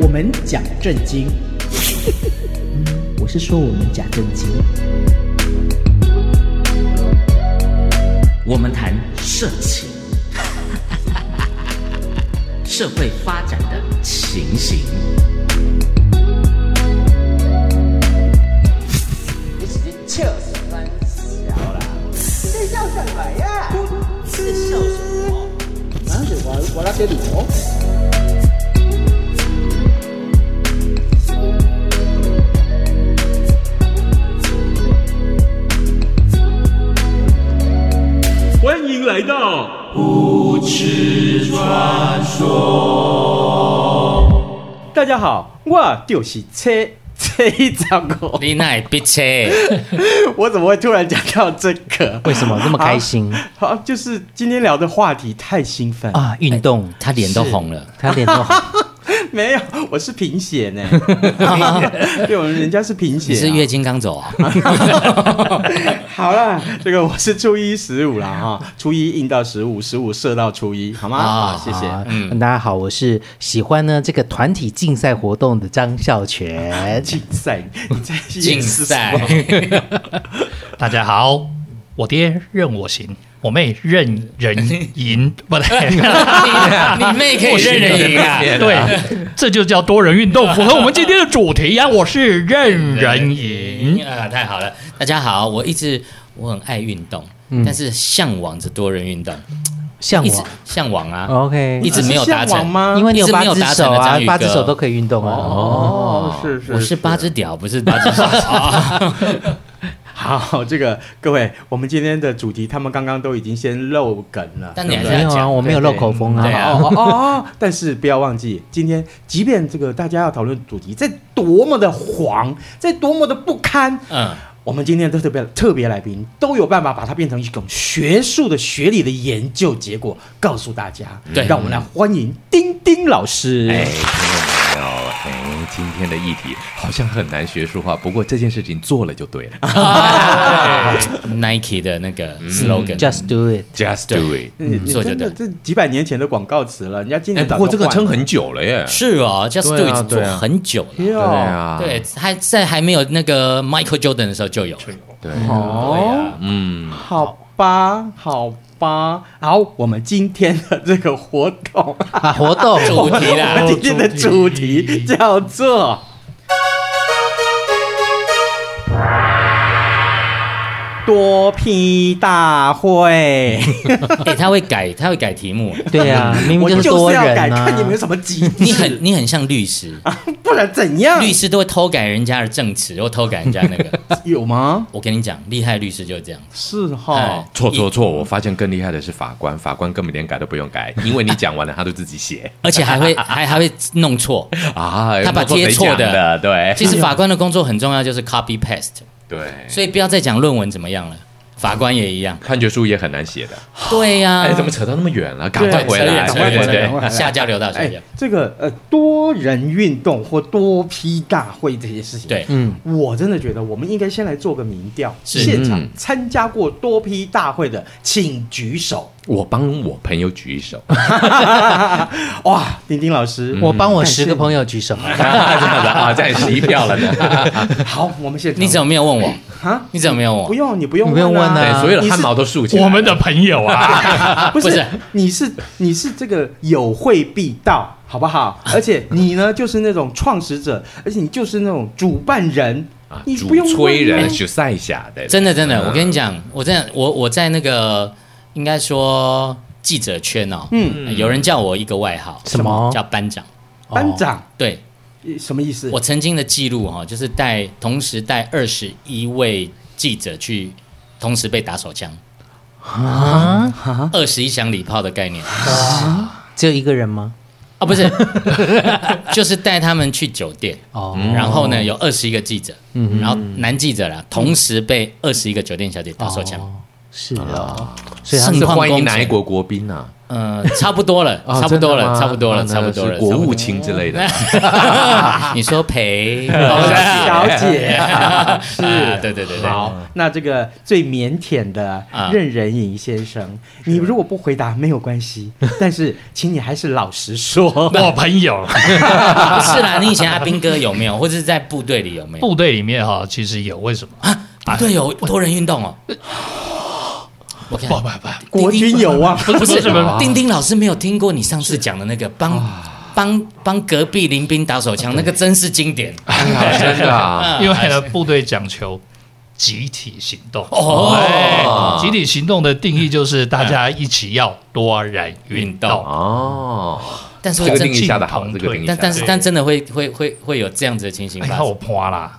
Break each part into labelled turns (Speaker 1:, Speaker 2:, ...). Speaker 1: 我们讲正 经，嗯我是说我们讲正经。
Speaker 2: 我们谈社情， 社会发展的情形。
Speaker 3: 欢迎来到
Speaker 1: 大家好，我就是车车一张狗，
Speaker 2: 你那别车，
Speaker 1: 我怎么会突然讲到这个？啊
Speaker 4: 为什么这么开心
Speaker 1: 好？好，就是今天聊的话题太兴奋啊！
Speaker 4: 啊？运动，
Speaker 2: 哎他脸都红了。
Speaker 4: 他脸都红，
Speaker 1: 没有，我是贫血呢。对，我们人家是贫血、
Speaker 2: 你
Speaker 1: 啊。
Speaker 2: 是月经刚 走啊？
Speaker 1: 好啦，这个我是初一十五啦哈，初一印到十五，十五射到初一，好吗？
Speaker 2: 啊
Speaker 1: 好，
Speaker 2: 嗯
Speaker 1: 谢谢。
Speaker 4: 啊大家好，我是喜欢呢这个团体竞赛活动的张孝全。
Speaker 1: 竞赛，你在演
Speaker 2: 竞
Speaker 1: 示
Speaker 2: 赛
Speaker 1: 什么
Speaker 5: 大家好，我爹任我行，我妹任人赢，不对，
Speaker 2: 你你妹可以认人 赢啊？
Speaker 5: 对，这就叫多人运动，符合我们今天的主题呀、我是任人赢，
Speaker 2: 啊，太好了！大家好，我一直我很爱运动，但是向往着多人运动，
Speaker 4: 嗯向
Speaker 2: 一直
Speaker 4: 往哦
Speaker 2: 向往啊，
Speaker 4: ，OK，啊
Speaker 2: 一直没有达
Speaker 1: 是向往
Speaker 2: 成
Speaker 1: 吗
Speaker 4: 因为你有
Speaker 2: 一直
Speaker 4: 八
Speaker 2: 没有
Speaker 4: 只
Speaker 2: 达成
Speaker 4: 手
Speaker 2: 的
Speaker 4: 啊
Speaker 2: 章，鱼
Speaker 4: 八只
Speaker 2: 哥
Speaker 4: 手都可以运动啊。哦，
Speaker 1: 哦，是是，
Speaker 2: 我是八只屌，不是八只手。
Speaker 1: 好，这个各位，我们今天的主题，他们刚刚都已经先露梗了，
Speaker 2: 但你还
Speaker 1: 对
Speaker 2: 是
Speaker 1: 不
Speaker 4: 没
Speaker 1: 对
Speaker 4: 有
Speaker 2: 这
Speaker 4: 啊，
Speaker 2: 样
Speaker 4: 我没有
Speaker 1: 对
Speaker 4: 漏口风
Speaker 2: 对
Speaker 4: 啊。
Speaker 2: 啊
Speaker 1: 哦哦哦哦！但是不要忘记，今天即便这个大家要讨论主题在多么的黄，在多么的不堪，
Speaker 2: 嗯，
Speaker 1: 我们今天的特别特别来宾都有办法把它变成一种学术的学理的研究结果，告诉大家。
Speaker 2: 对
Speaker 1: 让我们来欢迎丁丁老师。
Speaker 6: 哎，听到没有？哎，今天的议题好像很难学术化，不过这件事情做了就对
Speaker 2: 啊
Speaker 6: 了。
Speaker 2: Nike 的那个 slogan，
Speaker 4: 嗯 Just do it，
Speaker 6: Just do it。
Speaker 1: 嗯
Speaker 2: 嗯做就
Speaker 1: 真的，
Speaker 2: 对
Speaker 1: 这几百年前的广告词了，人家今
Speaker 6: 哎，
Speaker 1: 年
Speaker 6: 不
Speaker 1: 早
Speaker 6: 过
Speaker 1: 就
Speaker 6: 这个
Speaker 1: 换
Speaker 6: 撑
Speaker 1: 了，
Speaker 6: 很久了耶。
Speaker 2: 是哦，Just
Speaker 6: 对
Speaker 2: Do
Speaker 6: 啊
Speaker 2: It 做
Speaker 6: 对啊
Speaker 2: 很久了。
Speaker 1: 对
Speaker 6: 对
Speaker 1: 啊，
Speaker 6: 啊，
Speaker 2: 对，还在还没有那个 Michael Jordan 的时候就有了。
Speaker 6: 对，
Speaker 1: 哦，
Speaker 6: 嗯，
Speaker 1: 好吧，好吧，好，我们今天的这个活动，
Speaker 4: 啊，活动
Speaker 2: 主题
Speaker 1: 我
Speaker 2: 啦
Speaker 1: 们，今天的主题叫做。多批大会，
Speaker 2: 哎，他会改，他会改题目。
Speaker 4: 对啊，明
Speaker 1: 我
Speaker 4: 明就
Speaker 1: 就
Speaker 4: 是多
Speaker 1: 是要
Speaker 4: 人
Speaker 1: 改，
Speaker 4: 啊
Speaker 1: 看。你们有什么急
Speaker 2: 你
Speaker 1: 事，
Speaker 2: 很你很像律师，
Speaker 1: 不然怎样？
Speaker 2: 律师都会偷改人家的证词，或偷改人家那个。
Speaker 1: 有吗？
Speaker 2: 我跟你讲，厉害律师就是这样。
Speaker 1: 是
Speaker 2: 哎
Speaker 1: 哈，
Speaker 6: 错错错！我发现更厉害的是法官，法官根本连改都不用 改，因为你讲完了，他就自己写
Speaker 2: 而且还会还还会弄错。
Speaker 6: 啊。
Speaker 2: 他把
Speaker 6: 那做
Speaker 2: 贴
Speaker 6: 谁
Speaker 2: 错
Speaker 6: 讲
Speaker 2: 的
Speaker 6: 的，对
Speaker 2: 其实法官的工作很重要，就是 copy paste，
Speaker 6: 对，
Speaker 2: 所以不要再讲论文怎么样了，法官也一样。
Speaker 6: 判决书也很难写的。
Speaker 2: 对呀、
Speaker 6: 哎，怎么扯到那么远了？赶
Speaker 1: 对
Speaker 6: 快回来，
Speaker 2: 嗯扯
Speaker 1: 赶快
Speaker 2: 远
Speaker 1: 回来
Speaker 6: 对
Speaker 2: 扯
Speaker 6: 对
Speaker 2: 远
Speaker 1: 赶快回
Speaker 6: 对。
Speaker 1: 来
Speaker 2: 下交流到下
Speaker 1: 哎
Speaker 2: 交。，
Speaker 1: 这个呃多人运动或多批大会这些事情，
Speaker 2: 对，
Speaker 4: 嗯，
Speaker 1: 我真的觉得我们应该先来做个民调，
Speaker 2: 是
Speaker 1: 现场
Speaker 6: 嗯
Speaker 1: 参加过多批大会的，请举手。
Speaker 6: 我帮我朋友举一手，
Speaker 1: 哇，丁丁老
Speaker 2: 嗯
Speaker 1: 师，
Speaker 4: 我帮我十
Speaker 1: 感
Speaker 4: 个
Speaker 1: 谢
Speaker 4: 朋友举手。
Speaker 6: 这样子啊，这样也十一票了呢。
Speaker 1: 好，我们现场
Speaker 2: 你怎么没有问我？
Speaker 1: 啊？
Speaker 2: 你怎么没有问
Speaker 1: 不
Speaker 2: 我？
Speaker 1: 用，你不用，
Speaker 4: 你不用问
Speaker 1: 啊
Speaker 4: 啊
Speaker 6: 对，所有的汗毛都竖起来。
Speaker 5: 我们的朋友啊，
Speaker 1: 不
Speaker 2: 不
Speaker 1: 是
Speaker 2: 是，
Speaker 1: 你是你是这个有会必到，好不好？而且你呢，就是那种创始者，而且你就是那种主办人，
Speaker 6: 啊，
Speaker 1: 你
Speaker 6: 主
Speaker 1: 不用
Speaker 6: 催
Speaker 1: 问啊
Speaker 6: 人就赛下的，
Speaker 2: 真的真的，我跟你讲，我在我我在那个应该说记者圈哦，
Speaker 1: 嗯
Speaker 2: 有人叫我一个外号，
Speaker 4: 什么
Speaker 2: 叫班长？
Speaker 1: 班长
Speaker 2: 对
Speaker 1: 呃什么意思？
Speaker 2: 我曾经的记录哈、哦，就是带同时带二十一位记者去，同时被打手枪，
Speaker 4: 啊？
Speaker 2: 二十一响礼炮的概念
Speaker 4: 只有一个人吗？
Speaker 2: 啊，不是， 就是带他们去酒店。
Speaker 4: 哦，
Speaker 2: 然后呢，
Speaker 6: 嗯
Speaker 2: 有二十一个记者，然后男记者啦，同时被二十一个酒店小姐打手枪，
Speaker 4: 是
Speaker 2: 啊
Speaker 4: 哦，所以他
Speaker 6: 他
Speaker 2: 盛
Speaker 6: 是
Speaker 2: 况
Speaker 6: 欢
Speaker 2: 工
Speaker 6: 迎
Speaker 2: 程
Speaker 6: 哪一国国宾啊？
Speaker 2: 呃，差不多 了，
Speaker 6: 啊
Speaker 2: 差不多
Speaker 6: 真的
Speaker 2: 了，
Speaker 6: 吗
Speaker 2: 差不多
Speaker 6: 啊
Speaker 2: 了，
Speaker 6: 那
Speaker 2: 差不多
Speaker 6: 是
Speaker 2: 了。
Speaker 6: 国
Speaker 2: 差不
Speaker 6: 务
Speaker 2: 多
Speaker 6: 卿之类的，
Speaker 2: 你说 陪
Speaker 1: 小姐
Speaker 2: 是，啊对对对对，
Speaker 1: 好，那这个最腼腆的
Speaker 2: 啊
Speaker 1: 任仁颖先生，你如果不回答没有关 系，但是请你还是老实说。
Speaker 5: 我朋友
Speaker 2: 不是啦，你以前阿兵哥有没有，或者是在部队里有没有？
Speaker 5: 部队里面哈，其实有为什么？
Speaker 2: 部队有多人运动哦。哦我看
Speaker 5: 不不不，
Speaker 1: 国军有望，
Speaker 2: 不是
Speaker 5: 不是不是
Speaker 2: 丁丁老师没有听过你上次讲的那个帮帮帮隔壁林兵打手枪，那个真是经典。
Speaker 6: 哎呀真的 啊，
Speaker 2: 啊
Speaker 5: 因为呢，部队讲求集体行动。
Speaker 2: 哦
Speaker 5: 哎集体行动的定义就是大家一起要多人运
Speaker 2: 运动
Speaker 5: 动。
Speaker 6: 哦，
Speaker 2: 但是会
Speaker 6: 这个
Speaker 2: 真
Speaker 6: 定义下的好，
Speaker 5: 进
Speaker 6: 这
Speaker 5: 同
Speaker 6: 个定义下
Speaker 2: 但
Speaker 6: 得
Speaker 2: 但
Speaker 6: 好
Speaker 2: 是但真的会会会会有这样子的情形
Speaker 5: 你
Speaker 2: 发
Speaker 5: 看哎我
Speaker 2: 生。
Speaker 5: 破啦，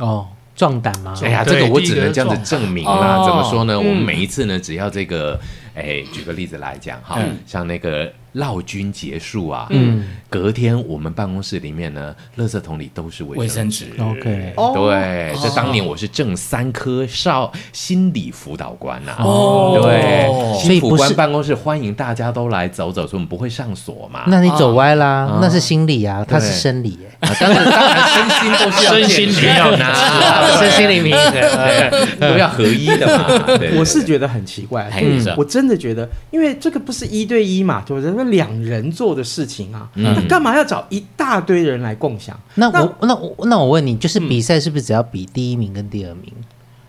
Speaker 4: 哦壮胆吗？
Speaker 6: 哎呀，这
Speaker 5: 对
Speaker 6: 个我
Speaker 5: 第一
Speaker 6: 只
Speaker 5: 个
Speaker 6: 能这样子
Speaker 5: 状态
Speaker 6: 证明啦。
Speaker 2: 哦
Speaker 6: 怎么说呢？我们
Speaker 1: 嗯
Speaker 6: 每一次呢，只要这个，哎，举个例子来讲哈
Speaker 2: 嗯，
Speaker 6: 像那个闹军结束啊，
Speaker 4: 嗯
Speaker 6: 隔天我们办公室里面呢，垃圾桶里都是卫
Speaker 2: 卫生
Speaker 6: 生
Speaker 2: 纸
Speaker 4: ，OK，
Speaker 1: 哦
Speaker 6: 对，这当年我是正三科少心理辅导官呐、
Speaker 2: 哦
Speaker 6: 对，
Speaker 4: 所
Speaker 6: 心
Speaker 4: 以
Speaker 6: 辅
Speaker 4: 不
Speaker 6: 官
Speaker 4: 是
Speaker 6: 办公室欢迎大家都来走走，所以我们不会上锁嘛。
Speaker 4: 那你走歪啦
Speaker 6: 啊，
Speaker 4: 那是心理啊，他是生理耶，
Speaker 6: 啊当然，当然，身心都是要
Speaker 5: 身心
Speaker 6: 健
Speaker 5: 灵
Speaker 6: 康
Speaker 5: 要
Speaker 6: 啊，
Speaker 4: 身心灵平衡
Speaker 6: 对都要合一的嘛。对对对
Speaker 1: 我是觉得很奇怪，嗯
Speaker 2: 哎你说
Speaker 1: 我真的觉得，因为这个不是一对一嘛，对不对？那两人做的事情啊，
Speaker 6: 嗯
Speaker 1: 那干嘛要找一大堆人来共享？
Speaker 4: 那我那我那我问你，就是
Speaker 2: 嗯
Speaker 4: 比赛是不是只要比第一名跟第二名？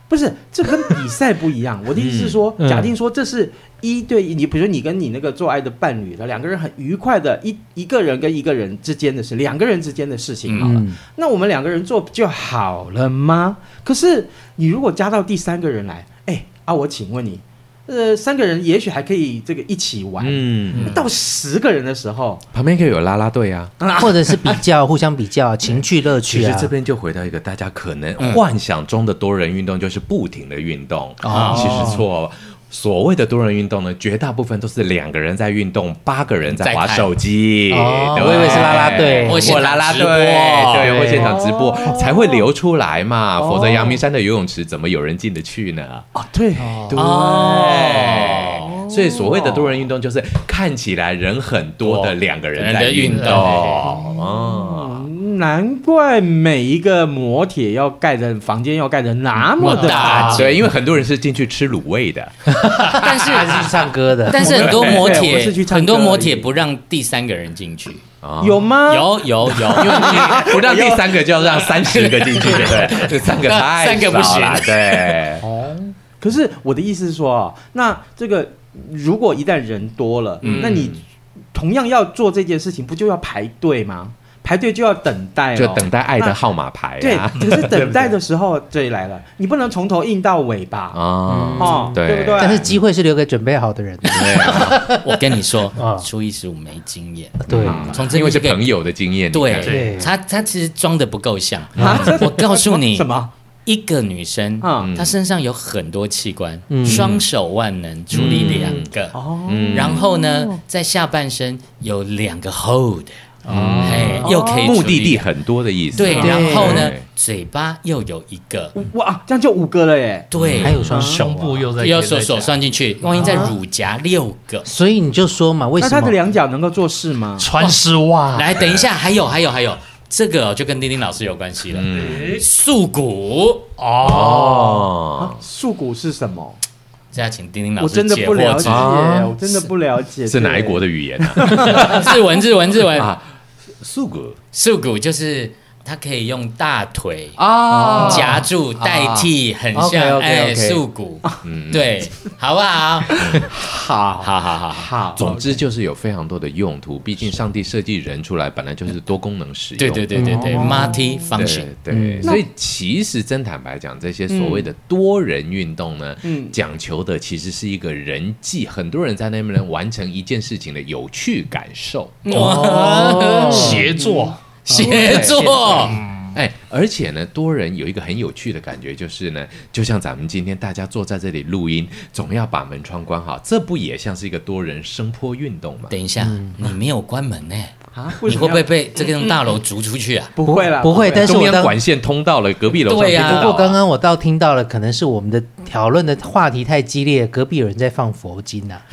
Speaker 1: 不是，这跟比赛不一样。我的意思是说，
Speaker 4: 嗯
Speaker 1: 假定说这是一对一，你比如说你跟你那个做爱的伴侣的两个人很愉快的，一一个人跟一个人之间的事，两个人之间的事情好了，
Speaker 4: 嗯
Speaker 1: 那我们两个人做不就好了吗？可是你如果加到第三个人来，哎啊，我请问你，呃，三个人也许还可以这个一起玩，
Speaker 6: 嗯，
Speaker 1: 那到十个人的时候，
Speaker 6: 旁边可以有啦啦队啊。
Speaker 2: 嗯
Speaker 4: 或者是比较， 互相比较，情趣乐
Speaker 6: 其
Speaker 4: 趣
Speaker 6: 实
Speaker 4: 啊
Speaker 6: 这。边就回到一个大家可能幻想中的多人运动，就是不停的运动。
Speaker 2: 嗯
Speaker 6: 啊
Speaker 4: 哦
Speaker 6: 其实错。所谓的多人运动呢，绝大部分都是两个人在运动，八个人在
Speaker 2: 在
Speaker 6: 划
Speaker 2: 看
Speaker 6: 手机。
Speaker 4: 哦
Speaker 6: 对
Speaker 4: 我以为是啦啦队
Speaker 2: 或现
Speaker 6: 或
Speaker 2: 场
Speaker 6: 啦啦队，
Speaker 2: 直播
Speaker 6: 对，
Speaker 4: 对
Speaker 6: 或现场直播
Speaker 2: 哦
Speaker 6: 才会流出来嘛，否则阳明山的游泳池怎么有人进得去呢？
Speaker 1: 哦，对，
Speaker 6: 对，
Speaker 2: 哦
Speaker 6: 所以所谓的多人运动就是看起来人很多的
Speaker 2: 哦
Speaker 6: 两个人
Speaker 2: 人
Speaker 6: 在
Speaker 2: 的
Speaker 6: 运
Speaker 2: 运
Speaker 6: 动
Speaker 2: 动
Speaker 6: 哦。
Speaker 2: 啊
Speaker 1: 难怪每一个摩铁要盖的房间要盖的那么
Speaker 2: 那么大
Speaker 1: 大，
Speaker 6: 对，因为很多人是进去吃卤味的，
Speaker 2: 但是
Speaker 4: 还是去唱歌的，
Speaker 2: 但是很多摩
Speaker 1: 对我
Speaker 2: 铁
Speaker 1: 是去唱歌
Speaker 2: 很多摩
Speaker 1: 而已
Speaker 2: 铁不让第三个人进去，
Speaker 1: 有吗？
Speaker 2: 啊有有有，因为
Speaker 6: 不让第三个就要让三十个进去，对不对？ 这三个太
Speaker 2: 三个不
Speaker 6: 少
Speaker 2: 行
Speaker 6: 了
Speaker 2: 哦
Speaker 6: 对，
Speaker 1: 可是我的意思是说啊，那这个如果一旦人多了，
Speaker 2: 嗯
Speaker 1: 那你同样要做这件事情，不就要排队吗？排队就要等待、哦，
Speaker 6: 就等待爱的号码牌
Speaker 1: 对
Speaker 6: 啊，，
Speaker 1: 可是等待的时 候，对来了，你不能从头硬到尾吧？
Speaker 2: 嗯
Speaker 6: 哦，
Speaker 1: 哦，
Speaker 6: 对
Speaker 1: 对不对？
Speaker 4: 但是机会是留给准备好的人的。
Speaker 6: 对啊，
Speaker 2: 我跟你说
Speaker 4: 啊，
Speaker 2: 初一十五没经验，
Speaker 4: 对，
Speaker 2: 从这
Speaker 6: 因为是
Speaker 2: 边就可以
Speaker 6: 朋友的经验，你看
Speaker 2: 嗯对
Speaker 4: 对，
Speaker 2: 他他其实装的不够像。
Speaker 1: 啊，这
Speaker 2: 我告诉 你
Speaker 1: 什么？
Speaker 2: 一个女生
Speaker 1: 嗯，
Speaker 2: 她身上有很多器官，双手万能，处理两个。
Speaker 1: 嗯哦，
Speaker 6: 嗯
Speaker 2: 然后呢，在下半身有两个 hold，哎，
Speaker 1: 哦
Speaker 2: 又可以
Speaker 6: 目
Speaker 2: 处理
Speaker 6: 的地很多的意思，
Speaker 2: 对，
Speaker 6: 对
Speaker 2: 然后呢
Speaker 6: 对，
Speaker 2: 嘴巴又有一个，
Speaker 1: 哇，这样就五个了耶！
Speaker 2: 对，
Speaker 4: 还有双手啊
Speaker 5: 胸部又在
Speaker 2: 要
Speaker 5: 又
Speaker 2: 手手算进去，万一在
Speaker 1: 啊
Speaker 2: 乳颊六个。
Speaker 4: 所以你就说嘛，为
Speaker 1: 那
Speaker 4: 什
Speaker 1: 他的
Speaker 4: 么？
Speaker 1: 两脚能够做事吗？
Speaker 5: 穿丝袜，
Speaker 2: 来，等一下，还有还有还有，这个哦就跟丁丁老师有关系了，
Speaker 6: 嗯，
Speaker 2: 素骨。
Speaker 1: 哦
Speaker 6: 哦，
Speaker 2: 嗯
Speaker 1: 束骨是什么？
Speaker 2: 现在请丁丁老
Speaker 1: 我
Speaker 2: 师
Speaker 1: 真的
Speaker 2: 解
Speaker 1: 不了
Speaker 2: 惑
Speaker 1: 解，
Speaker 2: 之。
Speaker 6: 啊
Speaker 1: 我真的不了解
Speaker 6: 是哪一国？的语言啊？
Speaker 2: 日文日文日文，
Speaker 6: 啊，素骨
Speaker 2: 素骨就是它可以用大腿
Speaker 6: 啊
Speaker 2: 夹住代替，很像
Speaker 6: OK，OK，OK
Speaker 2: 哎素骨，
Speaker 6: 嗯，
Speaker 2: 对，好不好？
Speaker 1: 好
Speaker 2: 好好好，
Speaker 1: 好，
Speaker 6: 总之就是有非常多的用途，毕竟上帝设计人出来本来就是多功能使用，
Speaker 2: 对对对对对，multi function，
Speaker 6: 对对，所以其实真坦白讲，这些所谓的多人运动呢，
Speaker 1: 嗯
Speaker 6: 讲求的其实是一个人际，很多人在那边能完成一件事情的有趣感受。
Speaker 2: 哇，
Speaker 5: 协作，
Speaker 2: 协作，
Speaker 6: 哎，而且呢，多人有一个很有趣的感觉，就是呢，就像咱们今天大家坐在这里录音，总要把门窗关好，这不也像是一个多人声波运动吗？
Speaker 2: 等一下，你没有关门呢，
Speaker 1: 啊，为
Speaker 2: 你
Speaker 1: 什么
Speaker 2: 会不
Speaker 1: 要
Speaker 2: 会被这栋大楼逐出去啊？
Speaker 1: 不会啦，
Speaker 4: 不会但是
Speaker 6: 中
Speaker 4: 我
Speaker 6: 央
Speaker 4: 当
Speaker 6: 管线通到了隔壁楼上
Speaker 2: 对
Speaker 6: 听
Speaker 2: 呀
Speaker 4: 不
Speaker 6: 不到
Speaker 4: 过
Speaker 6: 啊
Speaker 4: 刚刚我倒听到了，可能是我们的讨论的话题太激烈，隔壁有人在放佛经 啊，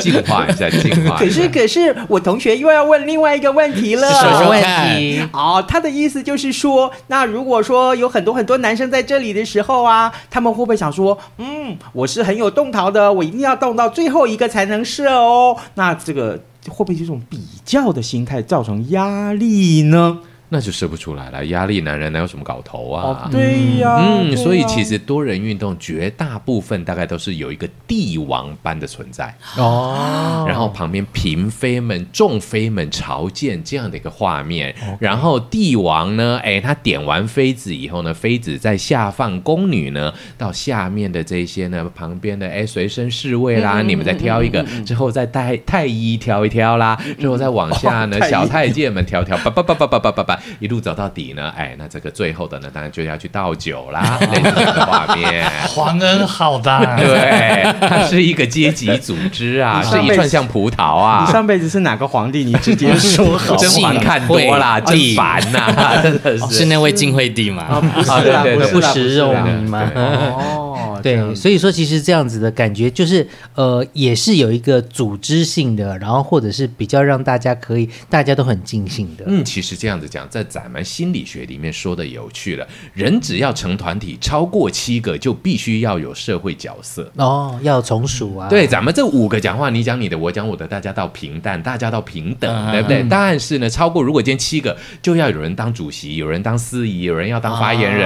Speaker 6: 净化一下，净化
Speaker 1: 可
Speaker 6: 一下
Speaker 1: 是。可是，我同学又要问另外一个问题了。
Speaker 6: 啊
Speaker 2: 是
Speaker 4: 什
Speaker 2: 说
Speaker 4: 么
Speaker 2: 说
Speaker 4: 问
Speaker 2: 看。
Speaker 4: 题？
Speaker 1: 哦，他的意思就是说，那如果说有很多很多男生在这里的时候啊，他们会不会想说，嗯，我是很有动桃的，我一定要动到最后一个才能射哦？那这个会不会有一种比较的心态造成压力呢？
Speaker 6: 那就射不出来了，压力男人哪有什么搞头啊？
Speaker 1: 哦对呀、
Speaker 6: 嗯，
Speaker 1: 对呀啊
Speaker 6: 所以其实多人运动绝大部分大概都是有一个帝王般的存在哦，然后旁边嫔妃们、众妃们朝见这样的一个画面，然后帝王呢，哎，他点完妃子以后呢，妃子在下放宫女呢，到下面的这些呢，旁边的哎随身侍卫啦，你们再挑一个，之后再太太医挑一挑啦，之后再往下呢，
Speaker 1: 哦太医
Speaker 6: 小太监们挑挑，叭叭叭叭叭叭叭叭，一路走到底呢，哎，那这个最后的呢，当然就要去倒酒啦，类似的画面。
Speaker 5: 皇恩浩荡，
Speaker 6: 对，它是一个阶级组织啊，
Speaker 1: 你
Speaker 6: 是
Speaker 1: 上辈
Speaker 6: 一
Speaker 1: 子
Speaker 6: 串像葡萄
Speaker 1: 你
Speaker 6: 啊。
Speaker 1: 上辈子是哪个皇帝？你直接说好
Speaker 6: 甄嬛看多啦，
Speaker 2: 晋惠
Speaker 6: 真烦呐，真的是。
Speaker 2: 哦是那位晋惠帝吗？
Speaker 1: 不
Speaker 6: 啊
Speaker 1: 是
Speaker 6: 对
Speaker 1: 啦，
Speaker 6: 对对
Speaker 1: 不
Speaker 4: 不
Speaker 1: 是啦，
Speaker 4: 食
Speaker 1: 是
Speaker 4: 肉
Speaker 1: 啦
Speaker 6: 对
Speaker 4: 糜嘛。
Speaker 6: 对
Speaker 1: 哦，这样
Speaker 4: 对，
Speaker 6: 嗯
Speaker 4: 所以说其实这样子的感觉就是，呃，也是有一个组织性的，然后或者是比较让大家可以大家都很尽兴的。
Speaker 6: 嗯，其实这样子讲，在咱们心理学里面说的有趣了，人只要成团体超过七个，就必须要有社会角色。
Speaker 4: 哦，要从属啊，
Speaker 6: 对，咱们这五个讲话，你讲你的，我讲我的，大家到平淡，大家到平等，
Speaker 2: 嗯
Speaker 6: 对不对？但是呢，超过如果今天七个，就要有人当主席，有人当司仪，有人要当发言人，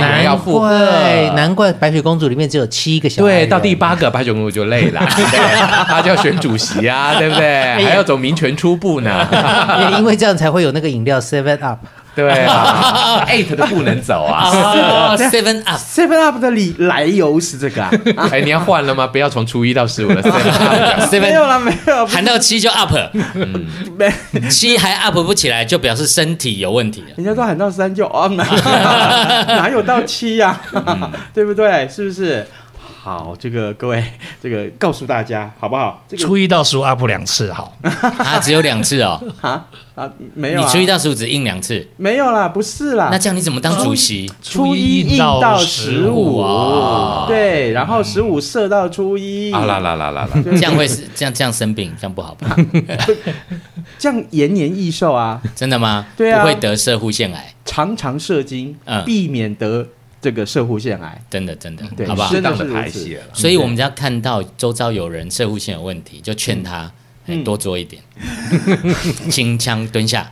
Speaker 6: 有人要
Speaker 4: 难
Speaker 6: 负
Speaker 4: 怪
Speaker 6: 责。
Speaker 4: 难怪白雪公主里面只有七个小矮
Speaker 6: 对，
Speaker 4: 人
Speaker 6: 到第八个白雪公主就累了，对不对她就要选主席啊，对不对？还要走民权初步呢，
Speaker 4: 也 因为这样才会有那个饮料 Seven Up。
Speaker 6: 对啊，eight 都不能走 啊。
Speaker 2: 啊，Seven Up，
Speaker 1: Seven Up 的理来由是这个啊？
Speaker 6: 哎，你要换了吗？不要从初一到十五了，
Speaker 1: 没
Speaker 2: Seven
Speaker 1: 有啦，没有，
Speaker 2: 喊到七就 up，
Speaker 1: 没，
Speaker 2: 七还 up 不起来，就表示身体有问题了。
Speaker 1: 人家都喊到三就哦，哪哪有到七呀、 对不对？是不是？好，这个各位，这个告诉大家好不好？这个
Speaker 5: 初一到十五 up 两次，好，
Speaker 2: 啊，只有两次哦，
Speaker 1: 啊啊，没有、
Speaker 2: 你
Speaker 1: 啊，
Speaker 2: 初一到十五只印两次，
Speaker 1: 没有啦，不是啦
Speaker 2: 那，这样你怎么当主席？
Speaker 5: 初
Speaker 1: 初一
Speaker 5: 一
Speaker 1: 印
Speaker 5: 到
Speaker 1: 到
Speaker 5: 十
Speaker 1: 十
Speaker 5: 五
Speaker 1: 五
Speaker 2: 哇，
Speaker 1: 对，然后十五射到初 一，
Speaker 6: 啊啦啦啦啦啦，
Speaker 1: 对，
Speaker 2: 这样会是这样这样生病，这样不好吧？
Speaker 1: 这样延年益寿 啊，
Speaker 2: 真的吗？
Speaker 1: 对啊
Speaker 2: 不会得射护腺癌，
Speaker 1: 常常射精，
Speaker 2: 嗯
Speaker 1: 避免得这个射护腺癌。
Speaker 2: 真的真的
Speaker 1: 嗯对，
Speaker 2: 好不好
Speaker 1: 是
Speaker 6: 适？当的排泄了。
Speaker 2: 所以我们只要看到周遭有人射护腺有问题，就劝他。哎
Speaker 1: 嗯
Speaker 2: 多做一 点，轻枪蹲下，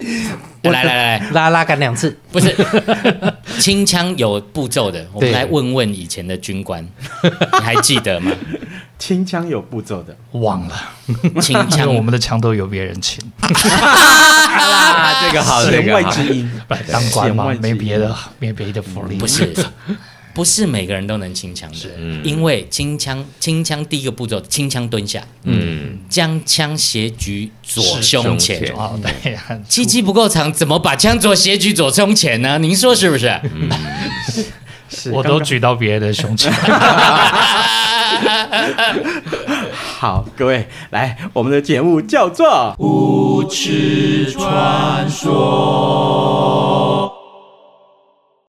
Speaker 2: 来来来来，
Speaker 4: 拉拉杆两次，
Speaker 2: 不是清枪有步骤的，我们
Speaker 4: 对
Speaker 2: 来问问以前的军官， 你还记得吗？
Speaker 1: 清腔有步骤的，
Speaker 5: 忘了，
Speaker 2: 清
Speaker 5: 因为
Speaker 2: 枪
Speaker 5: 我们的枪都由别人请，
Speaker 6: 啊，这个好，这
Speaker 1: 弦
Speaker 6: 个
Speaker 1: 外
Speaker 6: 好。
Speaker 1: 之 音，
Speaker 5: 来当官嘛
Speaker 1: 弦外，之
Speaker 5: 没
Speaker 1: 音
Speaker 5: 别的，没别的福利，
Speaker 2: 不是，不是每个人都能清枪的，
Speaker 1: 嗯
Speaker 2: 因为清枪清枪第一个步骤，清枪蹲下，
Speaker 6: 嗯，
Speaker 2: 将枪斜举左胸
Speaker 6: 胸
Speaker 2: 前
Speaker 6: 前。
Speaker 5: 哦，对呀，很
Speaker 2: 鸡鸡不够长，怎么把枪左斜举左胸前呢？您说是不是？
Speaker 1: 是
Speaker 5: 我
Speaker 1: 刚
Speaker 5: 都
Speaker 1: 刚
Speaker 5: 举到别人的胸前，
Speaker 1: 好，各位，来，我们的节目叫做《无耻传说》。